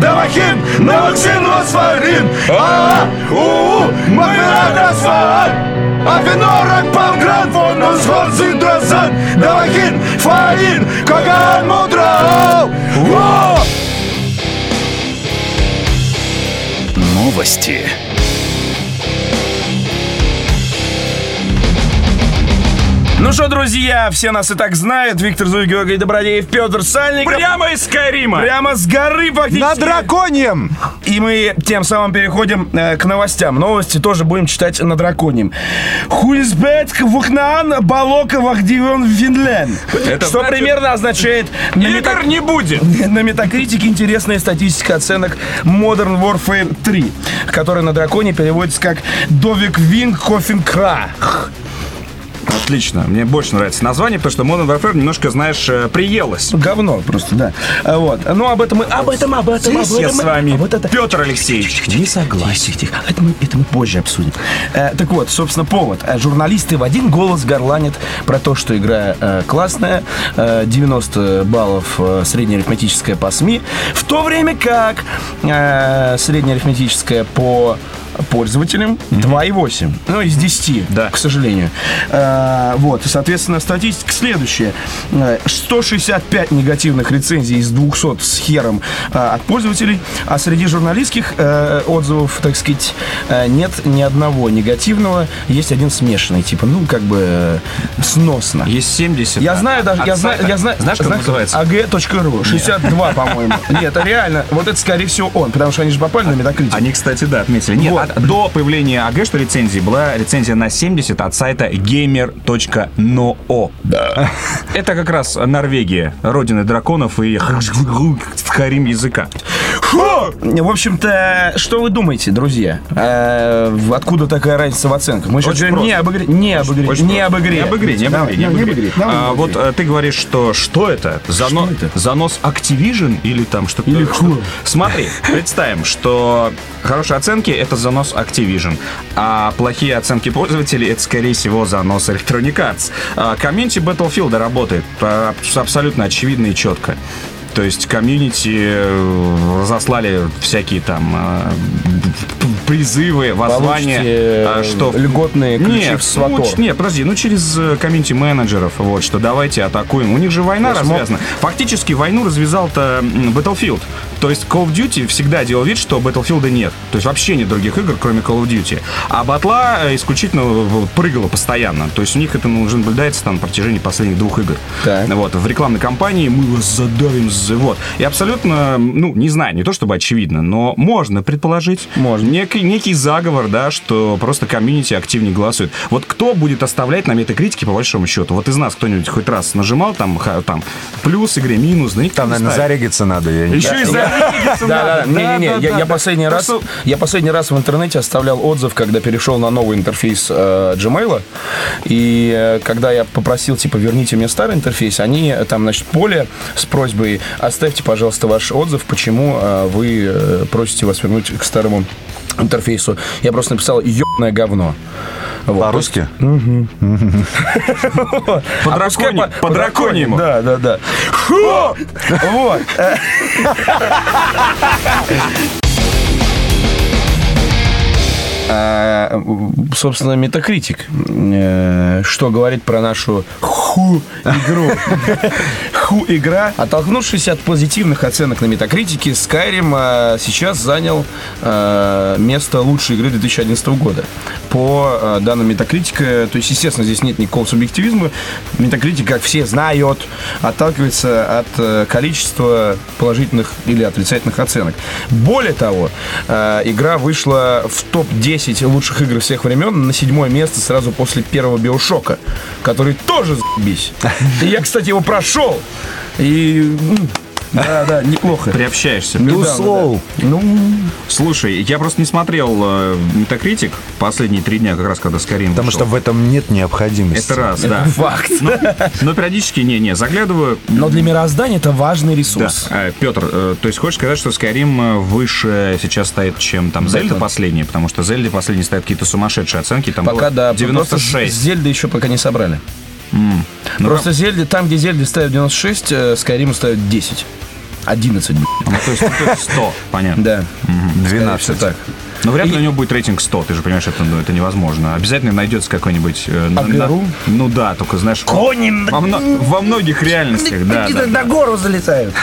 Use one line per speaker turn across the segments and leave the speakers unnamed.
Давахин, Наваксин, Васфарин, А, У, Мамирадасфан, Афинорак, Павград, Вонус, Хорзин, Дразан, Давахин, Фаин, Каган, Мудрау, Во!
Новости.
Ну что, друзья, все нас и так знают. Виктор Зуев, Георгий Добродеев, Петр Сальников.
Прямо из Карима.
Прямо с горы фактически.
На драконьем!
И мы тем самым переходим э, к новостям. Новости тоже будем читать на драконьем. Хулисбет Вухнан Балока Вахдивен Винлен.
Это
Что
значит-
примерно означает... на
Игр
метак-
не будет.
На Метакритике интересная статистика оценок Modern Warfare 3, которая на драконе переводится как Довик Вин Кофенкра.
Отлично. Мне больше нравится название, потому что Modern Warfare немножко, знаешь, э, приелось.
Говно просто, да. А, Вот. Ну, об этом мы... Об этом, об этом,
Здесь
об
я
этом.
с вами,
а Вот это...
Петр Алексеевич.
Не согласен. Тихо, Это мы, это мы позже обсудим. Э, так вот, собственно, повод. Э, Журналисты в один голос горланят про то, что игра э, классная, э, 90 баллов э, среднеарифметическая по СМИ, в то время как э, среднеарифметическая по пользователям 2,8. Ну, из 10,
Да.
к сожалению. Э, вот, и, соответственно, статистика следующая. Э, 165 негативных рецензий из 200 с хером э, от пользователей, а среди журналистских э, отзывов, так сказать, э, нет ни одного негативного, есть один смешанный, типа, ну, как бы э, сносно.
Есть 70.
Я знаю даже, я знаю, я знаю. а-
Знаешь, как
знаю-
называется?
AG.ru, 62, по-моему. Нет, реально, вот это, скорее всего, он, потому что они же попали на метакритик.
Они, кстати, да, отметили. Нет,
Вот.
а до появления АГ, что рецензии, была рецензия на 70 от сайта gamer.no. Да. Это как раз Норвегия, родина драконов и харим языка.
В общем-то, что вы думаете, друзья? Э, в- Откуда такая разница в оценках? Мы же
Очень
говорим не
просто.
об игре. Не об игре.
Очень
Не
просто.
об игре.
Не об игре, не об
Давай,
игре, не об
не
игре.
игре. Давай,
А,
не об
Вот
игре.
э, ты говоришь, что что это? Зано- Занос Activision или там что-то?
Или
что-
хуже.
Смотри, представим, что хорошие оценки — это занос Activision, а плохие оценки пользователей — это, скорее всего, занос Electronic Arts. А Комьюнити Battlefield работает а, абс- абсолютно очевидно и четко. То есть комьюнити э, разослали всякие там э, призывы, воззвания,
Получите, э,
а, что в-
льготные ключи
нет,
в Сватор.
ну, ч- нет, подожди, ну через э, комьюнити менеджеров, вот, что давайте атакуем. У них же война
Флешмоб.
развязана. Фактически войну развязал-то м, Battlefield. То есть Call of Duty всегда делал вид, что Battlefield нет. То есть вообще нет других игр, кроме Call of Duty. А батла э, исключительно в- прыгала постоянно. То есть у них это ну, наблюдается там на протяжении последних двух игр.
Так.
Вот, в рекламной кампании мы вас задавим за... Вот. И абсолютно, ну, не знаю, не то чтобы очевидно, но можно предположить.
Можно.
Некий, некий заговор, да, что просто комьюнити активнее голосует. Вот кто будет оставлять на метакритике, по большому счету? Вот из нас кто-нибудь хоть раз нажимал там, ха- там плюс игре, минус, да никто
Там,
не
наверное,
знает.
зарегиться надо. я не-
Еще и
Да, да,
зарегиться надо.
да. Не, не, не. Я, я последний
Так
раз,
что-
я последний раз в интернете оставлял отзыв, когда перешел на новый интерфейс э, Gmail, и э, когда я попросил типа верните мне старый интерфейс, они э, там значит поле с просьбой оставьте, пожалуйста, ваш отзыв, почему э, вы э, просите вас вернуть к старому интерфейсу. Я просто написал ебное говно. Вот.
По-русски?
По
А пускай
дракони- по драконьему.
Да, да, да. Хо! Вот. А, собственно, метакритик. э, Что говорит про нашу ху игру? Ху игра. Оттолкнувшись от позитивных оценок на метакритике, Skyrim э, сейчас занял э, место лучшей игры 2011 года. По э, данным метакритика, то есть, естественно, здесь нет никакого субъективизма. Метакритик, как все знают, отталкивается от э, количества положительных или отрицательных оценок. Более того, э, игра вышла в топ-10 лучших игр всех времен на седьмое место сразу после первого биошока, который тоже заебись. И я, кстати, его прошел. И... м, Да-да, неплохо.
Приобщаешься.
Ну
Too
да, ну
slow.
да. Ну,
Слушай, я просто не смотрел э, Метакритик последние три дня, как раз когда Скорин
Потому что в этом нет необходимости.
Это раз, да.
факт.
Но, но периодически, не-не, заглядываю.
Но для мироздания это важный ресурс.
Петр, А, то есть хочешь сказать, что Skyrim э, выше сейчас стоит, чем там Зельда
Battle.
последняя? Потому что Зельда последняя стоят какие-то сумасшедшие оценки. Там
Пока
было
да, просто
96.
Зельды еще пока не собрали.
Ну,
Просто Зельды, там, где Зельды ставят 96, э, Скайриму ставят 10. 11, блядь.
Ну, то есть, ну, то есть 100, понятно.
Да.
12.
так.
Но Ну, вряд ли у него будет рейтинг 100, ты же понимаешь, это, ну, это невозможно. Обязательно найдется какой-нибудь... э, на-
Обгору?
на- ну да, только знаешь...
Конин!
Во, мно- во многих реальностях, да. да,
Какие-то на гору залетают.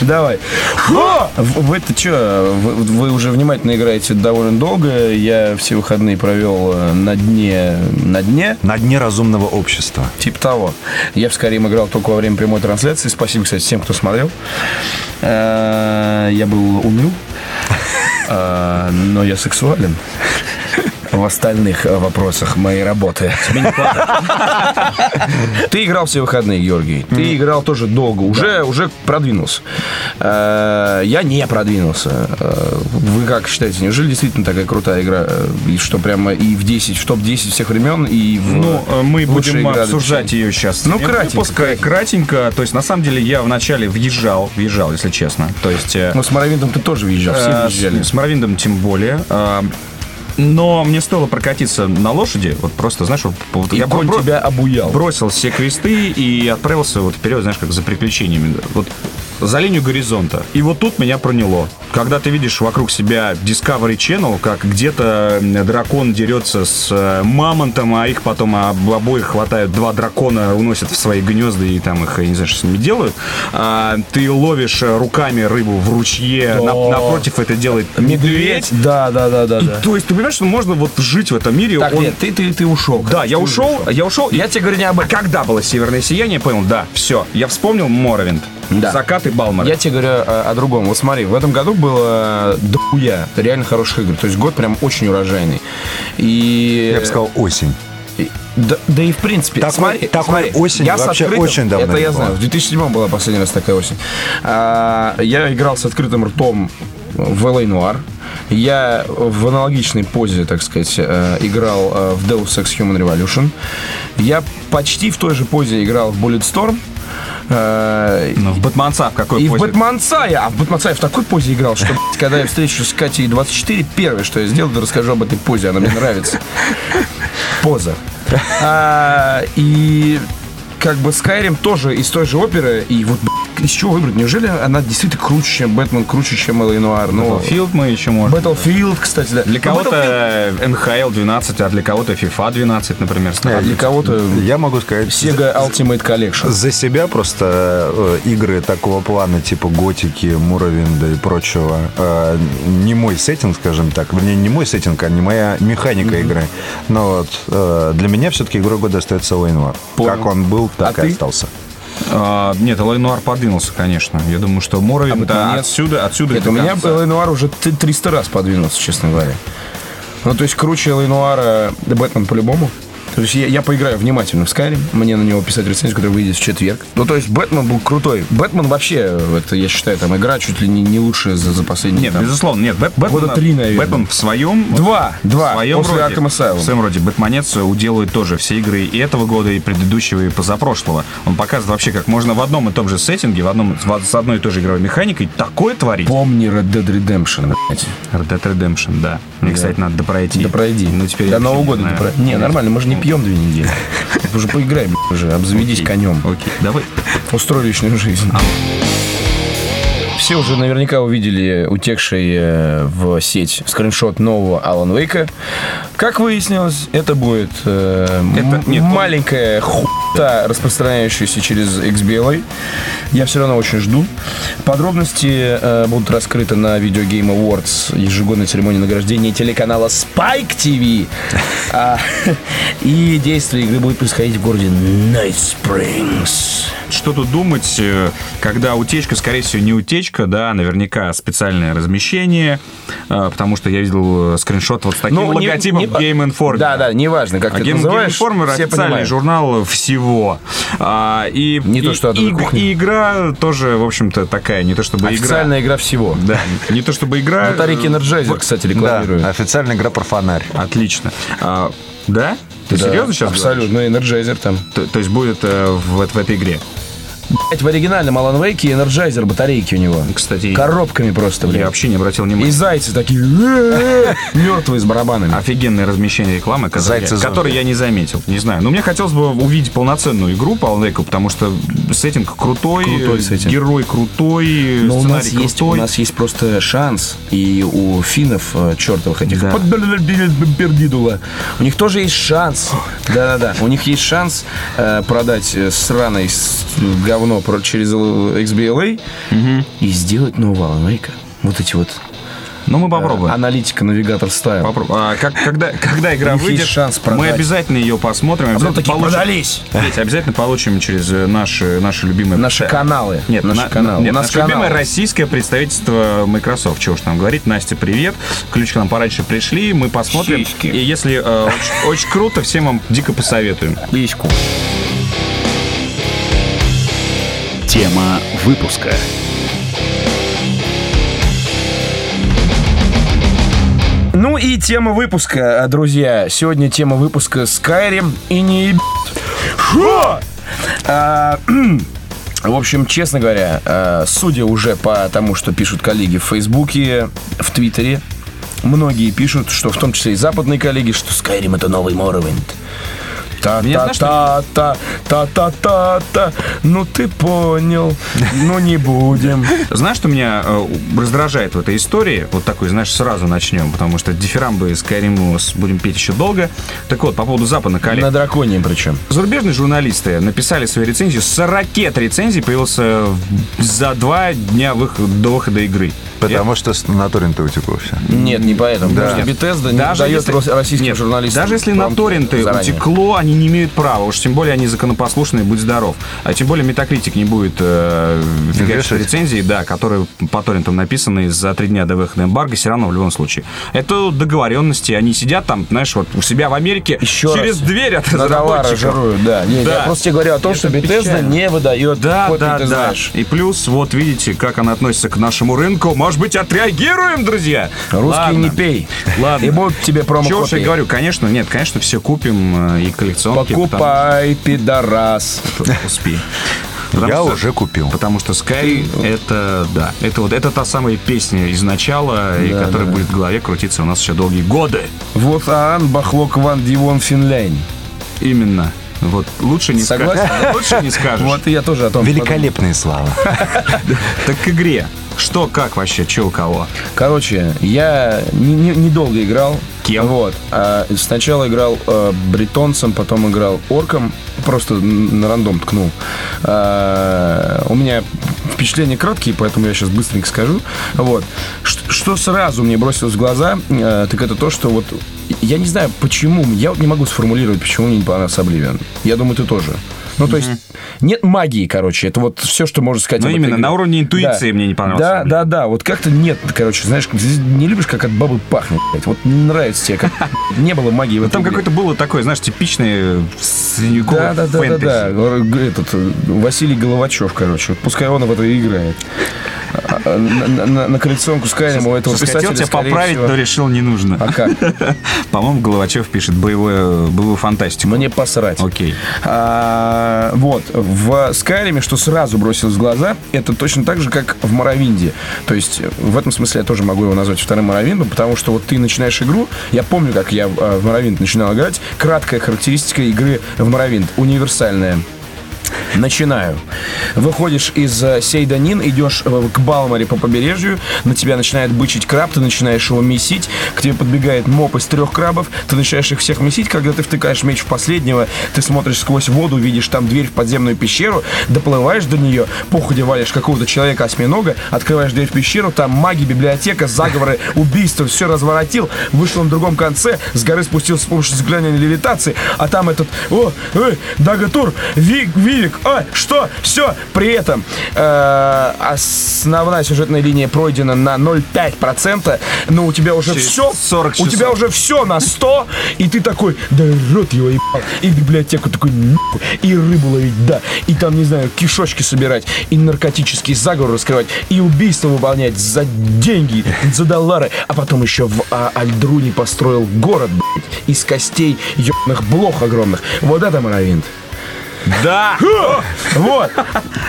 Давай. В- Вы-то что, вы уже внимательно играете довольно долго. Я все выходные провел э, на дне, на дне.
На дне разумного общества.
Типа того. Я в Skyrim играл только во время прямой трансляции. Спасибо, кстати, всем, кто смотрел. Э, Я был уныл, Э, но я сексуален в остальных э, вопросах моей работы. Ты играл все выходные, Георгий. Ты играл тоже долго. Уже, уже продвинулся. Э, Я не продвинулся. Э, Вы как считаете, неужели действительно такая крутая игра? э, И что прямо и в 10, в топ-10 всех времен, и в
Ну, э, мы
лучшая
будем
игра
обсуждать ее сейчас.
Ну, кратенько,
Пускай кратенько. То есть, на самом деле, я вначале въезжал, въезжал, если честно. То есть... э,
Ну, с Моровиндом ты тоже въезжал, все
э,
въезжали.
с, с Моровиндом тем более. Э, но мне стоило прокатиться на лошади, вот просто, знаешь, вот, вот
И
я
конь
бро-
тебя обуял.
бросил все квесты и отправился вот вперед, знаешь, как за приключениями. Вот за линию горизонта. И вот тут меня проняло. Когда ты видишь вокруг себя Discovery Channel, как где-то м, дракон дерется с э, мамонтом, а их потом об- обоих хватают два дракона, уносят в свои гнезда и там их, я не знаю, что с ними делают. А, ты ловишь э, руками рыбу в ручье,
Да.
нап- напротив это делает медведь.
Да, да, да, да, да.
То есть ты понимаешь, что можно вот жить в этом мире.
Так,
он-
нет, ты, ты, ты ушел.
Да, я ушел, я ушел. и
Я тебе говорю не об этом.
А когда было северное сияние, понял, да, все, я вспомнил Моровинд,
Да.
закат и Балмар.
Я тебе говорю э, о, другом. Вот смотри, в этом году было дохуя реально хороших игр. То есть год прям очень урожайный. И...
Я бы сказал осень.
И- Да, да и в принципе,
Такой-
смотри,
такой
смотри,
осени
я с
вообще
открытым-
очень давно
Это
не
я
было.
знаю. В 2007 была последний раз такая осень. А, я играл с открытым ртом в LA Noir. Я в аналогичной позе, так сказать, э, играл э, в Deus Ex Human Revolution. Я почти в той же позе играл в Bulletstorm. Э,
Ну, в Бэтменца в какой
и в
позе?
Бэтмонсая, а в Бэтмонсая в такой позе играл, что, блядь, когда я встречу с Катей 24, первое, что я сделаю, да расскажу об этой позе, она мне нравится. Поза. А, и как бы Skyrim тоже из той же оперы, и вот, блядь, из чего выбрать? Неужели она действительно круче, чем Бэтмен, круче, чем Элэй Нуар? Ну,
Battlefield мы еще можем.
Battlefield, кстати, да.
Для
Ну, Battlefield-
кого-то NHL 12, а для кого-то FIFA 12, например.
А Для кого-то
Я могу сказать...
Sega Ultimate Collection.
За себя просто э, игры такого плана, типа готики, муравинда и прочего, э, не мой сеттинг, скажем так. Вернее, не мой сеттинг, а не моя механика игры. Но вот э, для меня все-таки игрой года остается Лейнвар.
Понял.
Как он был, так и
ты?
остался.
А, нет, Элай Нуар подвинулся, конечно. Я думаю, что Моровинд
А вот
а
нет.
отсюда, отсюда.
Нет,
до
у меня
конца.
Элэй Нуар уже т- 300 раз подвинулся, честно говоря. Ну, то есть круче Элэй Нуара да, Бэтмен по-любому. То есть я, я поиграю внимательно в Skyrim, мне на него писать рецензию, которая выйдет в четверг. Ну, то есть Бэтмен был крутой. Бэтмен вообще, это, я считаю, там игра чуть ли не, не лучшая за, за последние...
Нет,
там,
безусловно, нет. Бэт-
Года
Бэтмена-
три, наверное.
Бэтмен в своем...
Два, два,
в своем
после
роде,
Arkham Asylum.
В своем роде Бэтменец уделывает тоже все игры и этого года, и предыдущего, и позапрошлого. Он показывает вообще, как можно в одном и том же сеттинге, в одном, в- с одной и той же игровой механикой такое творить.
Помни Red Dead Redemption, блядь.
Red Dead Redemption, да. Мне, кстати, надо допройти.
Да пройди.
Ну, теперь я
До
вообще
Нового
не
года
знаю. Ну.
да про- Не, нормально, мы же не пьем две недели. Ты Уже поиграй, блядь, уже, обзаведись
Окей.
конем.
Окей, давай.
Устрой личную жизнь. Все уже наверняка увидели утекший э, в сеть скриншот нового Алан Вейка. Как выяснилось, это будет э, м-
Это- нет, он-
маленькая хута, распространяющаяся через XBLA. Я все равно очень жду. Подробности э, будут раскрыты на Video Game Awards, ежегодной церемонии награждения телеканала Spike TV. А, И действие игры будет происходить в городе Night Springs.
Что тут думать, э, когда утечка, скорее всего, не утечка, да, наверняка специальное размещение, э, потому что я видел э, скриншот вот с таким
Ну, не-
логотипом
не-
Game Informer.
Да, да, неважно, как
А
ты
Game,
это
Game
называешь.
Informer
все
официальный
понимают.
журнал всего. А, и,
Не
и-
то, что
и,
«Адовая кухня».
и игра тоже, в общем-то, такая, не то чтобы
Официальная игра всего.
игра. Да, не то чтобы игра.
Батарейки Energizer, кстати,
Да,
рекламируют.
А
официальная игра про фонарь.
Отлично. А, да? Ты
Да,
серьезно сейчас?
Абсолютно, Energizer там.
говоришь? То, то есть будет э, в, в этой игре.
блядь, в оригинальном Alan Wake энерджайзер батарейки у него.
Ну, Кстати,
Коробками просто,
я
блядь.
вообще не обратил
И
внимания.
зайцы такие мертвые с барабанами.
Офигенное размещение рекламы, которое,
Зайцы
я, которое
зомби.
я не заметил. Не знаю. Но мне хотелось бы увидеть полноценную игру по Alan Wake, потому что сеттинг крутой,
Крутой сеттинг.
герой крутой,
Но Ну, у нас
сценарий
есть у
крутой.
нас есть просто шанс и у финнов э, чертовых этих
Да.
подбердидула. У них тоже есть шанс. Да-да-да. У них есть шанс э, продать э, сраное с- говно про- через Л- XBLA и сделать нового Alan Wake. Вот эти вот
Ну, мы
э,
попробуем.
аналитика навигатор стайл.
Попробуем. А, как, когда, когда игра
У них есть
выйдет,
шанс
мы
продать. А ну,
обязательно ее посмотрим. Обязательно
такие,
получим-
«Продались!»
Петь, обязательно получим через э, наши, наши любимые...
Наши
Э,
каналы.
Нет,
наши
на-
каналы.
нет,
У нас
наше любимое
каналы.
российское представительство Microsoft. Чего уж там говорить. Настя, привет. Ключ к нам пораньше пришли. Мы посмотрим.
Сиськи.
И если э, очень, очень круто, всем вам дико посоветуем.
Письку.
Тема выпуска.
Ну и тема выпуска, э, друзья. Сегодня тема выпуска Skyrim и не еб... Шо? А, В общем, честно говоря, э, судя уже по тому, что пишут коллеги в Фейсбуке, в Твиттере, многие пишут, что в том числе и западные коллеги, что Skyrim это новый Morrowind. Та-та-та-та, та-та-та-та, ну ты понял, ну не будем.
Знаешь, что меня э, раздражает в этой истории? Вот такой, знаешь, сразу начнем, потому что дифирамбы с Кариму будем петь еще долго. Так вот, по поводу западных коллег.
На драконе причем.
Зарубежные журналисты написали свои рецензии. 40 рецензий появился в- за два дня выход- до выхода игры.
Потому что с натурин-то утекло все.
Нет, не поэтому.
Да.
Потому что Bethesda не дает
если-
рос- российским
Нет,
журналистам.
Даже если на
пром-
торренты
заранее.
утекло, они не имеют права. Уж тем более они законопослушные, будь здоров. А тем более метакритик не будет э, фигачить
Вешать.
рецензии, да, которые по торрентам написаны за три дня до выхода эмбарго, все равно в любом случае. Это договоренности. Они сидят там, знаешь, вот у себя в Америке
Еще
через
раз.
дверь от
На товары
разработчиков.
жируют, да. Не,
Да.
Я просто тебе говорю о том,
Это
что Bethesda
печально.
не выдает
Да,
копии,
да,
ты
да.
знаешь.
И плюс, вот видите, как она относится к нашему рынку. Может быть, отреагируем, друзья?
Русские
Ладно.
не пей.
Ладно.
И будут тебе
Чего уж я
промокопии.
говорю, конечно, нет, конечно, все купим э, и коллекционки. потому
Покупай, пидорас.
что- Успей. Потому
Я
что-
уже купил.
Потому что Sky это, да, это вот, это та самая песня из начала, и которая будет в голове крутиться у нас еще долгие годы.
Вот
а
Аан Бахлок Ван Дивон Финляйн.
Именно. Вот лучше не скажешь.
Согласен?
Лучше не скажешь.
Вот и я тоже о том подумал.
Великолепные слова.
Так к игре. Что, как вообще, че у кого?
Короче, я не- не- недолго играл.
Кем?
Вот. А, сначала играл э, бритонцем, потом играл орком. Просто н- на рандом ткнул. А, у меня впечатления краткие, поэтому я сейчас быстренько скажу. Вот. Ш- что сразу мне бросилось в глаза, э, так это то, что вот... Я не знаю, почему. Я вот не могу сформулировать, почему мне не понравился Обливион. Я думаю, ты тоже. Ну, то есть, нет магии, короче. Это вот все, что можно сказать.
Ну,
об этой
именно,
игре.
на уровне интуиции мне не понравился
Да,
Oblivion.
да, А, да, вот как-то нет, короче, знаешь, не любишь, как от бабы пахнет, блядь. Вот не нравится тебе, как не было магии в этом.
Там какое-то было такое, знаешь, типичное
да,
средневековое
да, да, да,
фэнтези.
да, Р- этот э, Василий Головачев, короче, вот пускай он в это играет. А, а, На, на- на- на коллекционку Skyrim у этого
Сейчас
писателя,
хотел тебя
скорее
поправить,
всего-
но решил не нужно.
А как?
По-моему, Головачев пишет боевое, боевую фантастику.
Мне посрать.
Окей.
А, вот, в Скайриме, что сразу бросилось в глаза, это точно так же, как в Моровинде. То есть, в этом смысле я тоже могу его назвать вторым Моровиндом, потому что вот ты начинаешь игру, я помню, как я э, в Моровинд начинал играть, краткая характеристика игры в Моровинд, универсальная. Начинаю. Выходишь из э, Сейданин, идешь э, к Балмаре по побережью, на тебя начинает бычить краб, ты начинаешь его месить, к тебе подбегает моп из трех крабов, ты начинаешь их всех месить, когда ты втыкаешь меч в последнего, ты смотришь сквозь воду, видишь там дверь в подземную пещеру, доплываешь до нее, походе валишь какого-то человека-осьминога, открываешь дверь в пещеру, там маги, библиотека, заговоры, убийства, все разворотил, вышел на другом конце, с горы спустился с помощью заклинания левитации, а там этот, о, э, Дагатур, Вик, Вивик, а, что, все, при этом э, основная сюжетная линия пройдена на 0,5%, но у тебя уже
Через
все,
40
у тебя
часов.
уже все на 100, и ты такой, да рот его ебал, и библиотеку такой, нахуй, и рыбу ловить, да, и там, не знаю, кишочки собирать, и наркотический заговор раскрывать, и убийство выполнять за деньги, за доллары, а потом еще в а, Альдруне построил город, блядь, из костей ебаных блох огромных. Вот это моровинт.
Да!
Вот.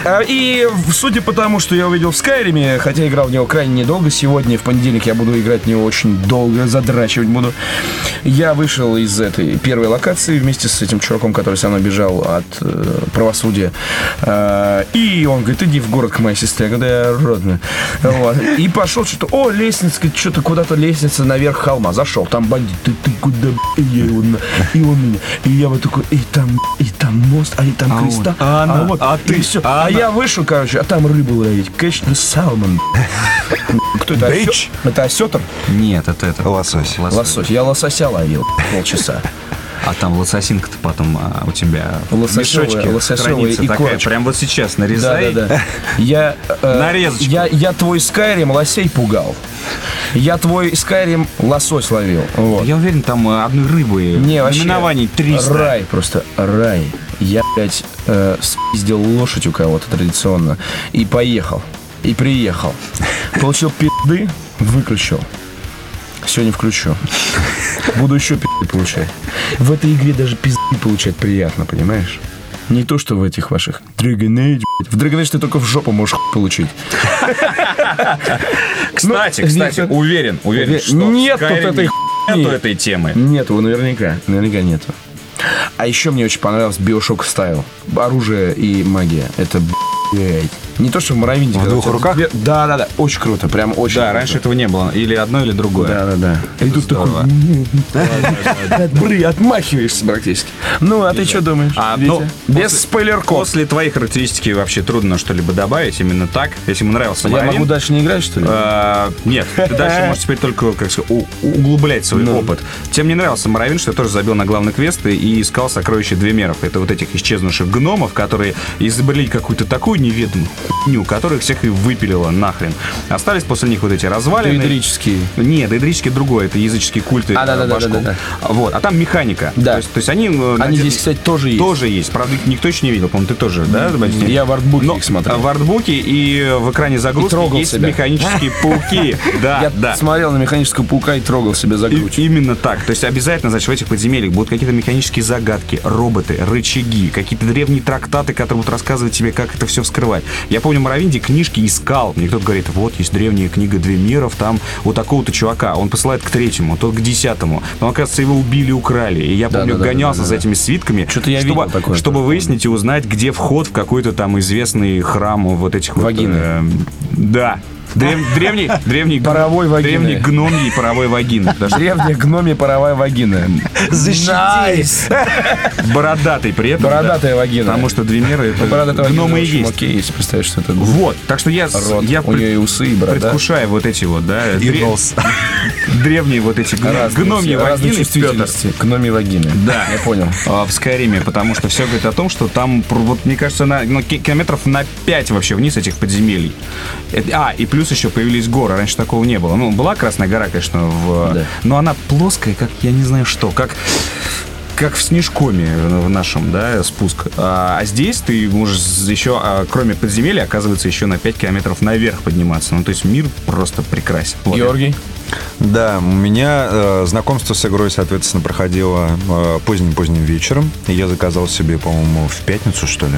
А, И в- судя по тому, что я увидел в Скайриме, хотя играл в него крайне недолго, сегодня, в понедельник, я буду играть в него очень долго, задрачивать буду. Я вышел из этой первой локации вместе с этим чуваком, который со мной бежал от э, правосудия. А, И он говорит, иди в город к моей сестре. Я говорю, да я родная. Вот. И пошел что-то, о, лестница, что-то куда-то лестница наверх холма. Зашел, там бандит, ты, ты куда, б***ь?» И я его на- и он меня. И я вот такой, и там, и там мост, а и там креста.
он, а она, а
и
ты,
всё.
а
А я вышел, короче, а там рыбу ловить. Конечно, салмон. Кто это? осё-
Бич.
Это осетр?
Нет, это это.
Лосось.
Лосось. Я лосося ловил полчаса.
А там лососинка-то потом а, у тебя в
Лососевая-
мешочке
лососевая
хранится такая.
икорочка.
Прям вот сейчас
Да,
нарезай.
да, да. Я, э,
Нарезочку.
Я, я твой Скайрим лосей пугал. Я твой Скайрим лосось ловил. Вот.
Я уверен, там э, одной рыбы
Не, вообще.
наименований 300.
Рай, просто рай. Я, блядь, э, спиздил лошадь у кого-то традиционно. И поехал. И приехал. Получил пизды, выключил. Сегодня включу. Буду еще пизды получать. В этой игре даже пизды получать приятно, понимаешь? Не то, что в этих ваших Dragon Age, блядь. В Dragon Age ты только в жопу можешь хуй получить.
Кстати,
Ну,
кстати,
нет.
уверен, уверен,
Уве-
что
Нет
в
тут
Skyrim
этой
нету
хуйни.
этой темы.
Нет, его наверняка. Наверняка нету. А еще мне очень понравился Биошок Стайл. Оружие и магия. Это, блядь. Не то, что в Моровинде.
В двух руках?
Да, да, да. Очень круто. Прям очень
Да,
круто.
раньше этого не было. Или одно, или другое.
Да, да, да. И тут
здорово.
такой... Блин, отмахиваешься практически. Ну, а ты что думаешь?
А,
Витя?
ну,
Без
после-
спойлерков.
После твоей характеристики вообще трудно что-либо добавить. Именно так. Если ему нравился
Я
Марин,
могу дальше не играть, что ли?
э, нет, ты дальше можешь теперь только, как сказать, у- углублять свой опыт. Тем не нравился Моровин, что я тоже забил на главный квест и- и искал сокровища Двемеров. Это вот этих исчезнувших гномов, которые изобрели какую-то такую неведомую хуйню, которая всех и выпилила нахрен. Остались после них вот эти развалины.
Федрический.
Нет, доэдрический другой, это языческие культы.
А,
э,
да-да-да-да-да.
башков. Вот, а там механика.
Да.
То есть, то есть они... э,
Они
надеты-
здесь, кстати, тоже есть.
Тоже есть. Правда, их никто еще не видел, по-моему, ты тоже, да? Батя?
Я в артбуке
Но,
их смотрел.
а, В артбуке и в экране загрузки
И трогал
есть
себя.
механические пауки. Да,
Я
да.
смотрел на механического паука и трогал себя за
И-
грудь.
Именно так. То есть обязательно, значит, в этих подземельях будут какие-то механические загадки, роботы, рычаги, какие-то древние трактаты, которые будут рассказывать тебе, как это все вскрывать. Я помню, Моровинди книжки искал. Мне кто-то говорит, вот есть древняя книга Две миров, там у такого-то чувака. Он посылает к третьему, тот к десятому. Но, оказывается, его убили, украли. И я помню,
да, да,
гонялся
да, да,
за этими свитками,
Чё-то я
чтобы,
видел такое,
чтобы
тоже,
выяснить и узнать, где вход в какой-то там известный храм вот этих вот,
Вагины.
э, да. Древ- Древний, древний, гн-
Паровой вагины.
древний гномий паровой вагин. Потому что
Древняя гномия паровая вагина. Найс!
Бородатый при этом.
Бородатая
да.
вагина.
Потому что Двемеры это
Бородатая вагина.
гномы и
очень
есть.
Окей, если представишь, что это
Вот, так что я, с-
рот.
я
У нее и
пред-
усы, и борода.
предвкушаю вот эти вот, да,
И
дре-
нос.
древние вот эти гно-
Разные все,
гномьи
разные
вагины, Пётр,
чувствительности. Гномьи вагины.
Да.
Я понял.
а, в Скайриме, потому что все говорит о том, что там, пр- вот, мне кажется, на, ну, ки- километров на 5 вообще вниз этих подземелий. Э, а, и плюс еще появились горы, раньше такого не было. Ну, была Красная гора, конечно, в...
Да.
но она плоская, как я не знаю что, как... Как в Снежкоме в нашем, да, спуск. А, а здесь ты можешь еще, а, кроме подземелья, оказывается, еще на 5 километров наверх подниматься. Ну, то есть мир просто прекрасен. Вот.
Георгий.
Да, у меня э, знакомство с игрой, соответственно, проходило э, поздним-поздним вечером. Я заказал себе, по-моему, в пятницу, что ли,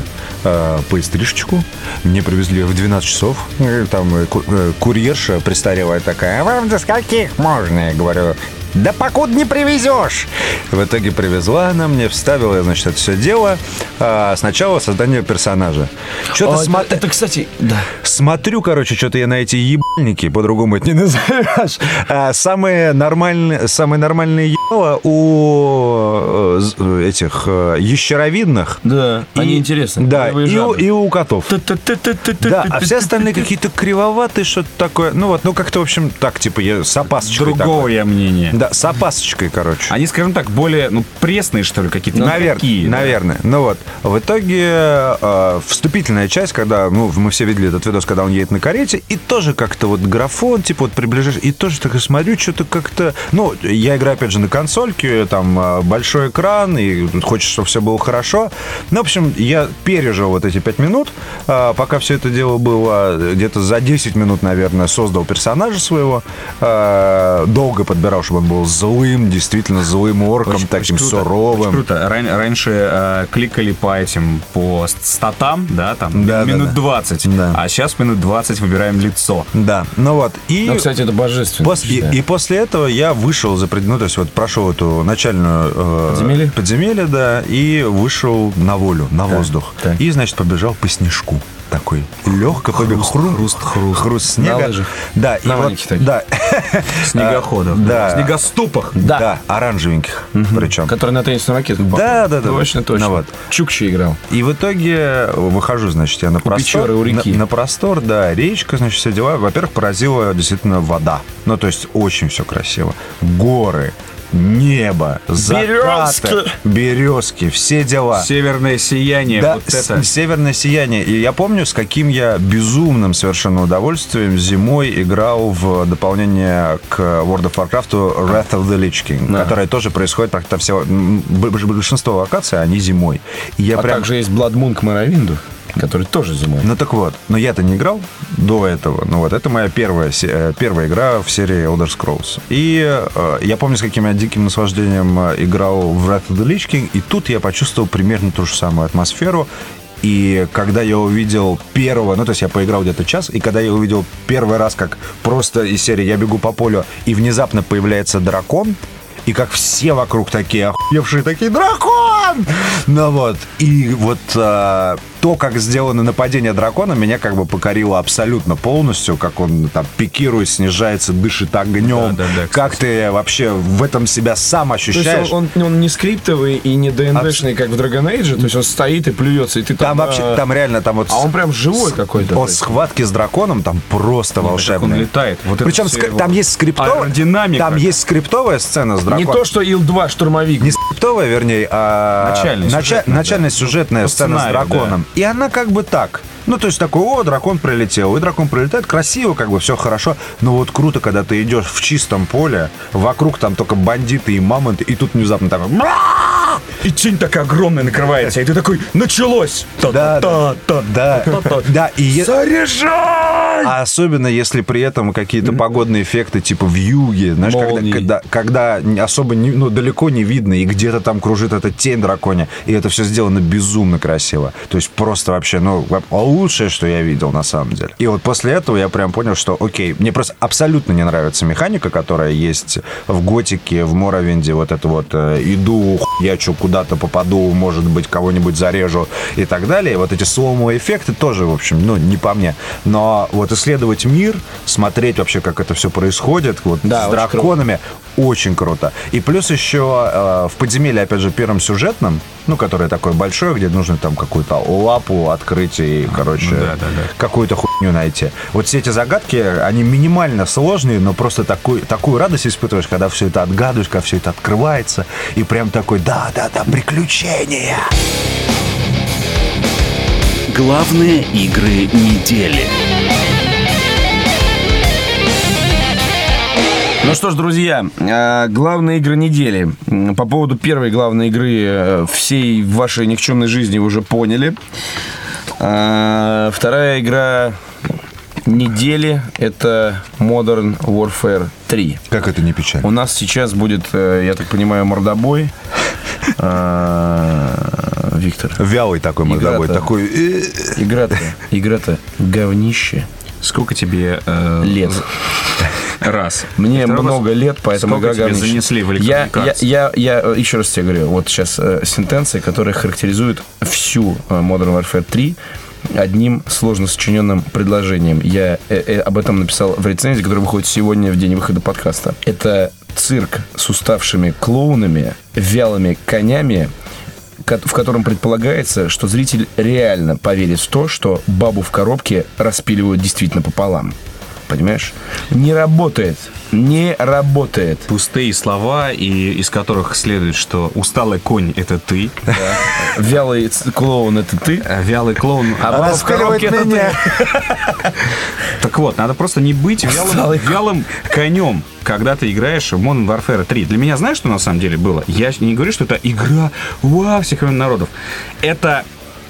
э, PS3-шечку. Мне привезли её в 12 часов. И Там э, ку- э, курьерша престарелая такая, «А вам до скольких можно? Я говорю, да покуда не привезешь. В итоге привезла она мне, вставила, значит, это все дело. А, сначала создание персонажа. Что-то
А, это, кстати, да.
Смотрю, короче, что-то я на эти ебальники, по-другому это не назовешь. А самые нормальные, самые нормальные ебала у э, з- э, этих э, ящеровидных.
Да.
И-
Они интересны.
Да,
Новые
и у,
жанры.
и у котов.
Ту-ту-ту-ту-ту-ту-ту.
Да, а все остальные какие-то кривоватые, что-то такое. Ну вот, ну как-то, в общем, так, типа, я с опасочкой.
Другого
такой.
я мнения.
Да, с опасочкой, короче.
Они, скажем так, более, ну, пресные, что ли, какие-то.
Навер-
Такие, Ну, да.
наверное. Ну вот, в итоге э, вступительная часть, когда, ну, мы все видели этот видос, когда он едет на карете, и тоже как-то вот графон, типа, вот приближаешь, и тоже так и смотрю, что-то как-то... Ну, я играю, опять же, на консольке, там, э, большой экран, и тут хочешь, чтобы все было хорошо. Ну, в общем, я пережил вот эти пять минут, э, пока все это дело было, э, где-то за 10 минут, наверное, создал персонажа своего, э, долго подбирал, чтобы он был был злым, действительно злым орком,
Очень-
таким
очень круто, очень
суровым.
круто. Ран- раньше э, кликали по этим, по статам, да, там
Да, да,
минут
да.
20.
Да.
А сейчас минут 20 выбираем лицо.
Да, ну вот. И...
Ну, кстати, это божественно.
Пос- и, и после этого я вышел за пред- ну, то есть вот прошел эту начальную э,
Подземелье?
подземелье, да, и вышел на волю, на воздух.
так.
И, значит, побежал по снежку. Такой легко побег. Хруст, хруст, хруст. снега.
На лыжах.
Да, и
На
вот,
маленьких таких.
да,
Снегоходов.
да.
Снегоступах.
Да.
да, оранжевеньких причем.
Который на теннисную ракетку
Да, да, да.
Точно,
Ну
точно.
вот.
Чукчи играл.
И в итоге э, выхожу, значит, я на простор.
Печоры, у реки.
На, на простор, да, речка, значит, все дела. Во-первых, поразила действительно вода. Ну, то есть, очень все красиво. Горы, небо, закаты, березки, все дела.
Северное сияние.
Да,
вот
с-
это.
северное сияние. И я помню, с каким я безумным совершенно удовольствием зимой играл в дополнение к World of Warcraft Wrath of the Lich King, которое тоже происходит практически всего, м, б- большинство локаций, они зимой. И я
А
прям
также есть Бладмун к Моровинду, который тоже зимой.
ну так вот, но я-то не играл до этого. Ну вот, это моя первая, се- э, первая игра в серии Elder Scrolls. И э, я помню, с каким я диким наслаждением э, играл в Wrath of the Lich King, и тут я почувствовал примерно ту же самую атмосферу. И когда я увидел первого, ну то есть я поиграл где-то час, и когда я увидел первый раз, как просто из серии я бегу по полю, и внезапно появляется дракон, и как все вокруг такие охуевшие, такие «Дракон!» Ну вот, и вот а, то, как сделано нападение дракона, меня как бы покорило абсолютно полностью, как он там пикирует, снижается, дышит огнем.
Да, да, да,
как ты вообще в этом себя сам
То
ощущаешь?
есть он, он- он не скриптовый и не ДНДшный, как в Dragon Age, то есть он стоит и плюется, и ты там...
Там вообще,
а,
там реально, там вот...
А он
с-
прям живой
с-
какой-то.
Он схватки с драконом там просто
Как Ну, он
волшебные.
летает. Вот это
Причем
всё
ск-
его
там есть скриптовая...
аэродинамика.
Там есть скриптовая сцена с драконом.
Не то, что Ил-2 штурмовик.
Не скриптовая, вернее, а
Начальная,
нача-
сюжетная, да.
начальная сюжетная
По
сцена с
сценарию,
драконом. И она как бы так. Ну, то есть такой, о, дракон прилетел. И дракон прилетает, красиво, как бы все хорошо. Но вот круто, когда ты идешь в чистом поле, вокруг там только бандиты и мамонты, и тут внезапно такой... «Мра!»
И тень такая огромная накрывается, и ты такой, началось!
Да, да, да, да, и е-
Заряжай!
А особенно, если при этом какие-то погодные эффекты, типа в юге, знаешь,
Молнии.
когда, когда, когда особо не- ну, далеко не видно, и где-то там кружит эта тень дракония, и это все сделано безумно красиво. То есть просто вообще, ну, во- лучшее, что я видел на самом деле. И вот после этого я прям понял, что, окей, мне просто абсолютно не нравится механика, которая есть в Готике, в Моровинде, вот это вот э, иду, хуячу, куда-то попаду, может быть, кого-нибудь зарежу и так далее. Вот эти сломовые эффекты тоже, в общем, ну, не по мне. Но вот исследовать мир, смотреть вообще, как это все происходит, вот
Да,
с
очень круто.
драконами, очень круто. И плюс еще э, в подземелье, опять же, первым сюжетном, ну, которое такое большое, где нужно там какую-то лапу открыть и, короче,
да, да, да.
какую-то хуйню найти. Вот все эти загадки, они минимально сложные, но просто такой, такую радость испытываешь, когда все это отгадываешь, когда все это открывается, и прям такой, да-да-да, приключения!
Главные игры недели.
Ну что ж, друзья, э, главные игры недели. М, По поводу первой главной игры э, всей вашей никчемной жизни вы уже поняли. А, Вторая игра недели – это Modern Warfare 3.
Как это не печально?
У нас сейчас будет, э, я так понимаю, мордобой. А, Виктор,
Вялый такой мордовой,
Игра-то.
такой... «Э, э,
игра-то, игра-то говнище.
Сколько тебе э,
Лет.
Раз.
Мне
Второй вопрос.
много лет, поэтому
а Сколько
игра
тебе
говнище.
занесли в
я,
Electronic
я,
Arts?
я, я, э, еще раз тебе говорю, вот сейчас э, сентенция, которая характеризует всю э, Modern Warfare 3 одним сложно сочиненным предложением. Я э, э, об этом написал в рецензии, которая выходит сегодня в день выхода подкаста. Это цирк с уставшими клоунами, вялыми конями, ко- в котором предполагается, что зритель реально поверит в то, что бабу в коробке распиливают действительно пополам. Понимаешь? Не работает. Не работает.
Пустые слова, и из которых следует, что усталый конь — это ты,
Вялый ц- клоун это ты.
а вялый клоун...
А баба в
распиливает
коробке это ты.
меня!»
Так вот, надо просто не быть вялым,
Усталый
вялым конем, когда ты играешь в Modern Warfare 3. Для меня знаешь, что на самом деле было? Я не говорю, что это игра вау, всех времен народов. Это,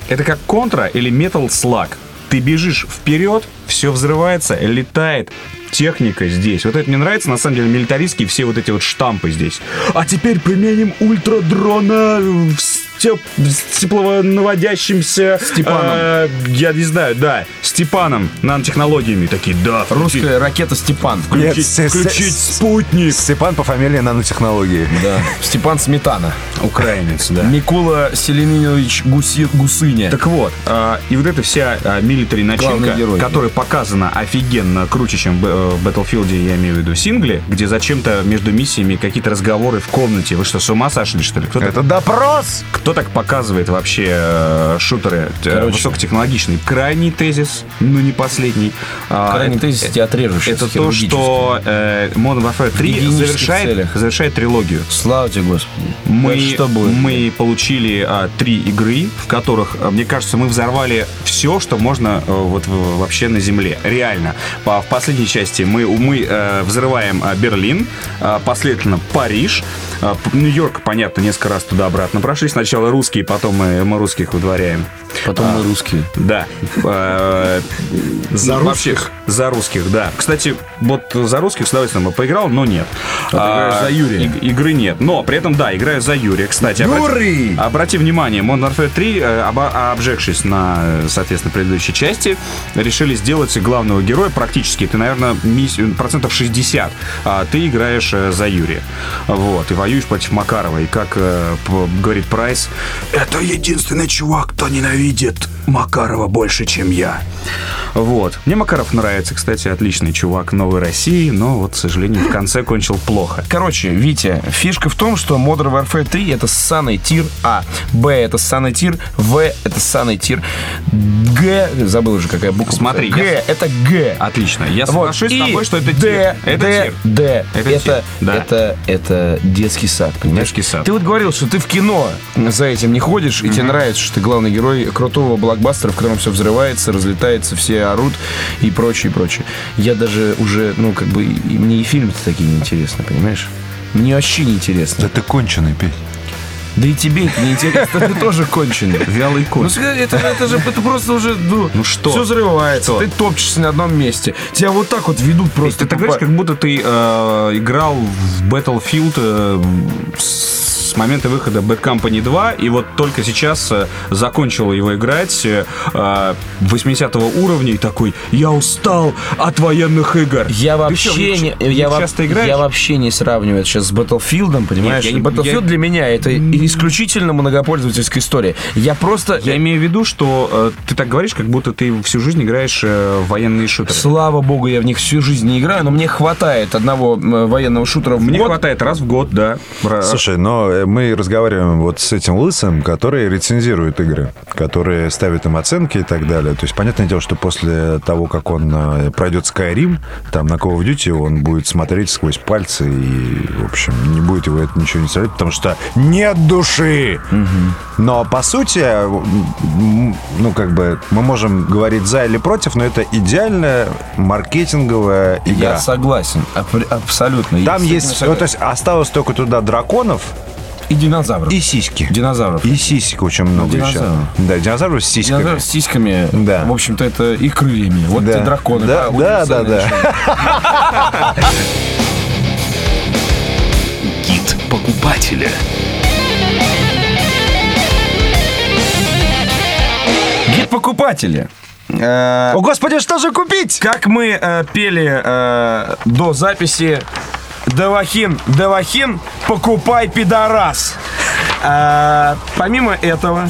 это как контра или Metal Slug. Ты бежишь вперед, все взрывается, летает. Техника здесь. Вот это мне нравится, на самом деле, милитаристские все вот эти вот штампы здесь. А теперь применим ультрадрона с, теп- с теплонаводящимся...
Степаном.
э, я не знаю, да, Степаном, нанотехнологиями. Такие, да, включи-
Русская ракета Степан.
Нет,
включить,
с- с-
включить
с-
спутник.
Степан по фамилии нанотехнологии.
Да. Степан Сметана.
Украинец, да.
Никола Селенинович Гуси- Гусыня.
Так вот, а, и вот эта вся а, милитари начинка,
Главный герой,
которая показана офигенно круче, чем б- э, в Battlefield, я имею в виду сингле, где зачем-то между миссиями какие-то разговоры в комнате. Вы что, с ума сошли, что ли? Кто, так,
Это допрос!
кто так показывает вообще э, шутеры э,
Короче.
высокотехнологичные? Крайний тезис, ну не последний. А,
Крайний
это-
тезис тебя отрежешь.
Это
сейчас
то, что э, Modern Warfare 3
гигиенических
завершает,
целях.
завершает трилогию.
хирургически. Слава тебе, Господи.
Мы,
Дальше что будет?
мы получили а, три игры, в которых, а, мне кажется, мы взорвали все, что можно э, вот в- вообще на Земле. Реально. По, в последней части мы, мы э, взрываем а, Берлин, а, последовательно Париж, а, п- Нью-Йорк, понятно, несколько раз туда-обратно прошли. Сначала русские, потом мы, мы русских выдворяем.
Потом
А.
мы русские.
Да. Э,
За
вообще,
русских?
За русских, да. Кстати, вот за русских с удовольствием бы поиграл, но нет.
А ты играешь за Юрия.
иг- Игры нет. Но при этом, да, играю за Юрия, кстати.
Юрий!
Обрати, обрати внимание, Modern Warfare 3, э, оба- обжегшись на, э, соответственно, предыдущей части, решили сделать главного героя практически. Ты, наверное, процентов 60 а, ты играешь э, за Юрия. Вот. И воюешь против Макарова. И как э, п- говорит Прайс, это единственный чувак, кто ненавидит Макарова больше, чем я. Вот. Мне Макаров нравится, кстати, отличный чувак Новой России, но вот, к сожалению, в конце кончил плохо.
Короче, Витя, фишка в том, что Modern Warfare 3 это ссаный тир А, Б это ссаный тир, В это ссаный тир, Г, забыл уже какая буква.
Смотри,
Г
я- А
это Г.
Отлично. Я
Вот.
соглашусь
И
с тобой, что
Д,
это тир. Это
Д,
тир.
Д.
Это
Это,
тир,
это,
да.
это, детский сад, понимаешь?
Детский сад.
Ты вот говорил, что ты в кино за этим не ходишь, и тебе нравится, что ты главный герой крутого блокбастера, в котором все взрывается, разлетается, все орут и прочее, прочее. Я даже уже, ну, как бы, и мне и фильмы-то такие неинтересны, понимаешь? Мне вообще неинтересно.
Да ты конченый, Петь.
Да и тебе это неинтересно, ты тоже конченый.
Вялый
Ну,
конь.
скажи, это, это же это просто уже, ну,
Ну что?
все взрывается,
Что?
ты топчешься на одном месте, тебя вот так вот ведут просто.
Ты так
по-
говоришь, как будто ты э, играл в Battlefield э, с с момента выхода Bad Company 2, и вот только сейчас э, закончил его играть э, э, 80 уровня и такой, я устал от военных игр.
Я
Ты
вообще
чё, в них-
не,
в них
я, во-
часто играешь?
я вообще не сравниваю это сейчас с Battlefield, понимаешь?
я не-
Battlefield
я-
для меня это исключительно многопользовательская история. Я просто
Я имею в виду, что э, ты так говоришь, как будто ты всю жизнь играешь э, в военные шутеры.
Слава богу, я в них всю жизнь не играю, но мне хватает одного м, военного шутера в
Мне
год.
хватает раз в год, да. Ра-
Слушай, но э, мы разговариваем вот с этим лысым, который рецензирует игры, которые ставят им оценки и так далее. То есть, понятное дело, что после того, как он э, пройдет Skyrim, там на Call of Duty он будет смотреть сквозь пальцы и, в общем, не будет его это ничего не сравнивать, потому что нет души! Но, по сути, э, м, ну, как бы, мы можем говорить за или против, но это идеальная маркетинговая игра.
Я согласен, аб- абсолютно.
Там
Я с этим
есть, ну,
согласен.
то есть осталось только туда драконов
и динозавров.
и сиськи.
Динозавров.
И сисек очень много еще.
динозавры.
Да, динозавры с сиськами.
Динозавры с сиськами,
Да.
в общем-то, это и крыльями. Вот
Да.
те драконы.
Да, да, да, да.
Гид покупателя.
Гид покупатели.
О, господи, что же купить?
Э, Как мы э, пели э, до записи Давахин, Давахин, покупай пидорас. А, помимо этого,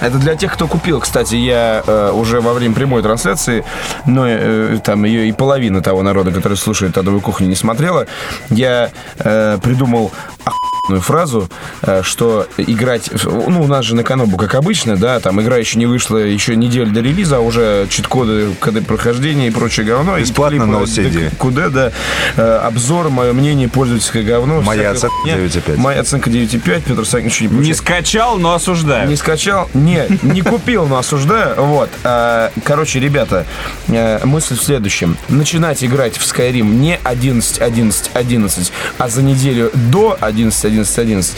это для тех, кто купил, кстати, я э, уже во время прямой трансляции, но э, там ее и половина того народа, который слушает «Адовую кухню», не смотрела, я э, придумал охуенную фразу, э, что играть... в- Ну, у нас же на Канобу, как обычно, да, там игра еще не вышла еще неделю до релиза, а уже чит-коды, коды прохождения и прочее говно. И
Бесплатно
клипы,
на OCD.
да, Куда, да. Э, Обзор, мое мнение, пользовательское говно.
Моя
всякая
оценка
хуйня.
9,5.
Моя оценка 9,5. Петр Сакин ничего не
Не
получает.
скачал, но осуждаю.
Не скачал? Не, не купил, но осуждаю. Вот. А, Короче, ребята, э, мысль в следующем. Начинать играть в Skyrim не 11, 11, 11, а за неделю до 11, 11, 11.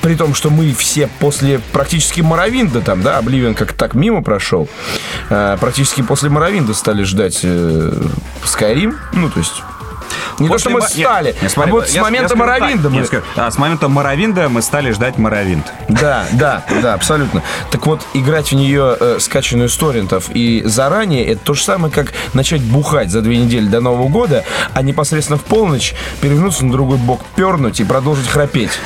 При том, что мы все после практически Моровинда там, да, Обливион как так мимо прошел. э, практически после Моровинда стали ждать э, Skyrim. Ну, то есть... Не то, что мы
После Мо-
стали,
Нет, нет, смотри,
а вот с
я- я
момента
скажу так,
Моровинда мы...
я скажу, а, с момента Моровинда мы стали ждать Моровинд.
Да, да, да, абсолютно. Так вот, играть в нее э, скачанную с торрентов и заранее, это то же самое, как начать бухать за две недели до Нового года, а непосредственно в полночь перевернуться на другой бок, пернуть и продолжить храпеть.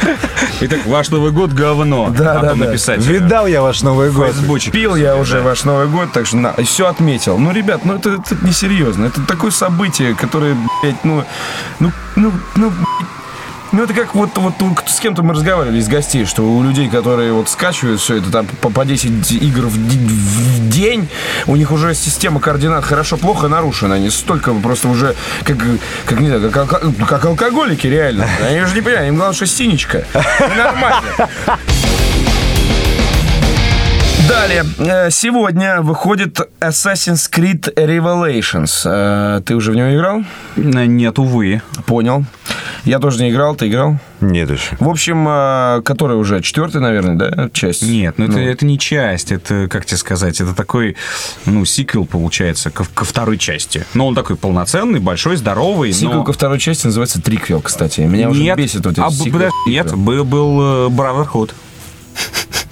Итак, ваш Новый год говно.
Да,
Надо
да, да.
написать.
Видал я ваш Новый год.
Фейсбучик.
Пил я уже ваш Новый год, так что на, все отметил. Ну, ребят, ну это, это несерьезно. Это такое событие, которое, блядь, ну, ну, ну, ну, блядь, ну, это как вот, вот у- с кем-то мы разговаривали из гостей, что у людей, которые вот скачивают все это там по, по 10 игр в, ди- в день, у них уже система координат хорошо-плохо нарушена. Они столько просто уже, как, как не знаю, как, алко- как алкоголики реально. Они уже не понимают, им главное шестинечка. И Нормально. Далее. Э, Сегодня выходит Assassin's Creed Revelations. Э, Ты уже в него играл?
Н- Нет, увы.
Понял. Я тоже не играл, ты играл?
Нет еще.
В общем, э, который уже четвертый, наверное, да, часть?
Нет, ну, Это, это не часть, это, как тебе сказать, это такой, ну, сиквел получается ко, ко второй части. Но он такой полноценный, большой, здоровый.
Сиквел
но...
ко второй части называется триквел, кстати. Меня уже
Нет,
бесит вот эти
а, б-
сиквелы.
подожди, нет, был, был э, Brotherhood.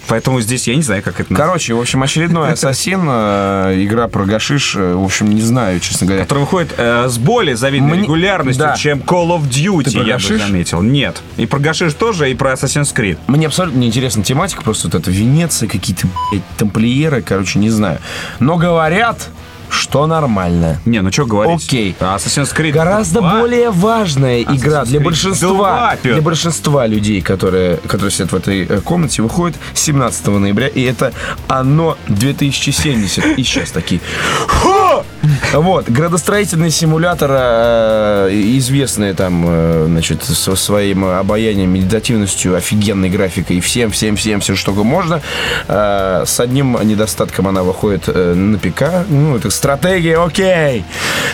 Поэтому здесь я не знаю, как это называется.
Короче, в общем, очередной Ассасин, э, игра про гашиш, э, в общем, не знаю, честно говоря.
Который выходит э, с более завидной
Мне-
регулярностью,
да.
чем Call of Duty,
Ты про
я бы
гашиш?
заметил. Нет. И про Гашиш тоже, и про Assassin's Creed.
Мне абсолютно неинтересна тематика, просто вот это Венеция, какие-то, блядь, тамплиеры, короче, не знаю. Но говорят, что нормально.
Не, ну что говорить.
Окей.
Assassin's Creed
Гораздо
2.
более важная игра для
Creed
большинства,
2,
для
Пётр.
большинства людей, которые, которые сидят в этой э, комнате, выходит 17 ноября, и это оно 2070. И сейчас такие. «Хо!» Вот, градостроительный симулятор, э, известный там, э, значит, со своим обаянием, медитативностью, офигенной графикой, всем, всем, всем, все, что только можно. Э, С одним недостатком она выходит э, на ПК. Ну, это стратегия, окей.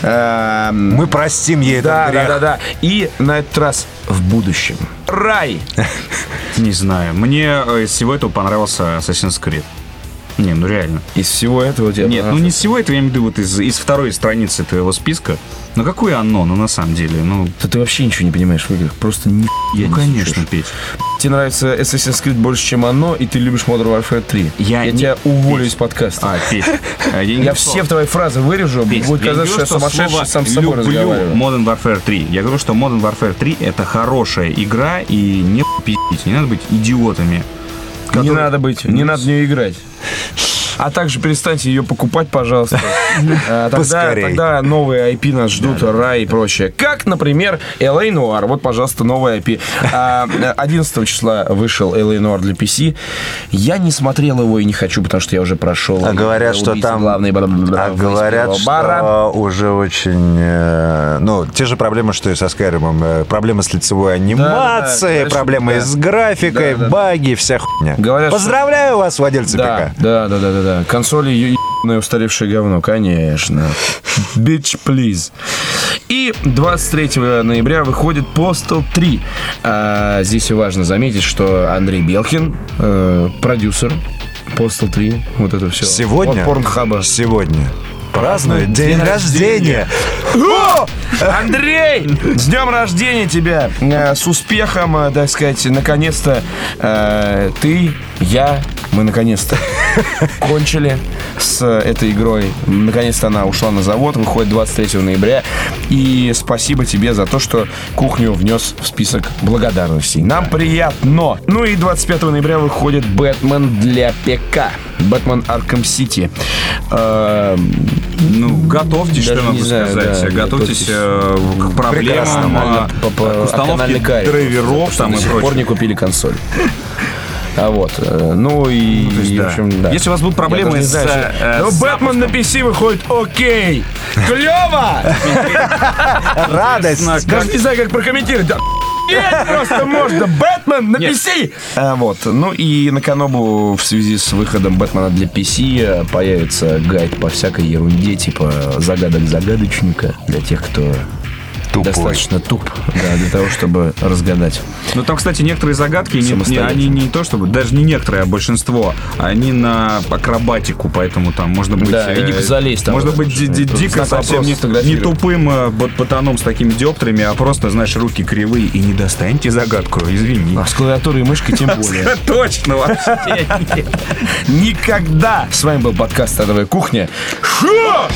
Эм,
Мы простим ей
да,
этот
да,
грех.
да, да. И на этот раз в будущем. Рай!
Не знаю. Мне э, из всего этого понравился Assassin's Creed. Не, ну реально.
Из всего этого тебя
Нет, ну не из всего этого, я имею в виду, вот из, из второй страницы твоего списка. Ну какое оно, ну на самом деле, ну...
Да ты вообще ничего не понимаешь в играх. Просто ни
ну, конечно, Петь.
Тебе нравится Assassin's Creed больше, чем оно, и ты любишь Modern Warfare 3.
Я
я
не-
тебя уволю из подкаста.
А, Петь, а, я, не
я
в
все
слово.
твои фразы вырежу,
Петь,
будет
я не
казаться, что я
говорю,
сумасшедший
слово
сам с собой
люблю
разговариваю.
Modern Warfare 3. Я говорю, что Modern Warfare 3 это хорошая игра, и не пиздить, не надо быть идиотами.
Не
который-
надо быть, не надо в нее играть. А также перестаньте ее покупать, пожалуйста. А, Тогда,
Поскорей.
тогда новые IP нас ждут, рай и прочее. Как, например, LA Noir. Вот, пожалуйста, новая IP. А, 11 числа вышел LA Noir для PC. Я не смотрел его и не хочу, потому что я уже прошел.
А говорят, что там...
Главный
а говорят, что уже очень... э, ну, те же проблемы, что и со Skyrim. э, проблемы с лицевой анимацией,
конечно,
проблемы
да.
с графикой,
Да, да, да.
баги, вся хуйня.
Говорят, что-
Поздравляю вас, владельцы
Да,
ПК.
да, да, да, да, да. Консоли ебаное устаревшее говно, конечно. Bitch, please. И 23 ноября выходит Postal 3. А, здесь важно заметить, что Андрей Белкин, э, продюсер Postal 3, вот это все.
Сегодня...
Порнхаба.
Сегодня. Празднует день рождения.
Андрей, с днем рождения тебя! Э, С успехом, э, так сказать, наконец-то э, ты, я, мы наконец-то кончили с этой игрой. Наконец-то она ушла на завод, выходит 23 ноября. И спасибо тебе за то, что кухню внес в список благодарностей. Нам приятно! Ну и 25 ноября выходит Бэтмен для ПК. Бэтмен Арком Сити. Э,
Ну, готовьтесь,
Даже
что я могу
не знаю,
сказать.
да,
готовьтесь
готовьтесь.
э, к проблемам,
Прекрасно.
а,
По- по-
к установке
канальный кайф.
драйверов там
до
и
сих пор
прочее.
не купили консоль. А вот, э, ну и,
То есть,
в
да.
общем, да.
Если у вас будут
Я
проблемы
даже
с...
не знаю,
э,
что-
э,
Ну,
с
Бэтмен на PC выходит, окей! Клево!
Радость.
Даже не знаю, как прокомментировать. Да, охуеть просто можно! Бэтмен на PC! А, вот, ну и на Канобу в связи с выходом Бэтмена для PC э, появится гайд по всякой ерунде, типа загадок загадочника для тех, кто
Тупой.
достаточно туп да, для того, чтобы разгадать.
Но там, кстати, некоторые загадки, не- не,
Самостоятельно.
они не то чтобы, даже не некоторые, а большинство, они на акробатику, поэтому там можно быть... э,
Да, и дико залезть там
Можно
вот,
быть ди- ди-
тут
дико
знак вопроса
совсем не, не
сфотографировать.
тупым э, бот- ботаном с такими диоптрами, а просто, знаешь, руки кривые и не достаньте загадку, извини.
А с клавиатурой и мышкой тем более.
Точно вообще.
Никогда! С вами был подкаст «Садовая кухня». Шо?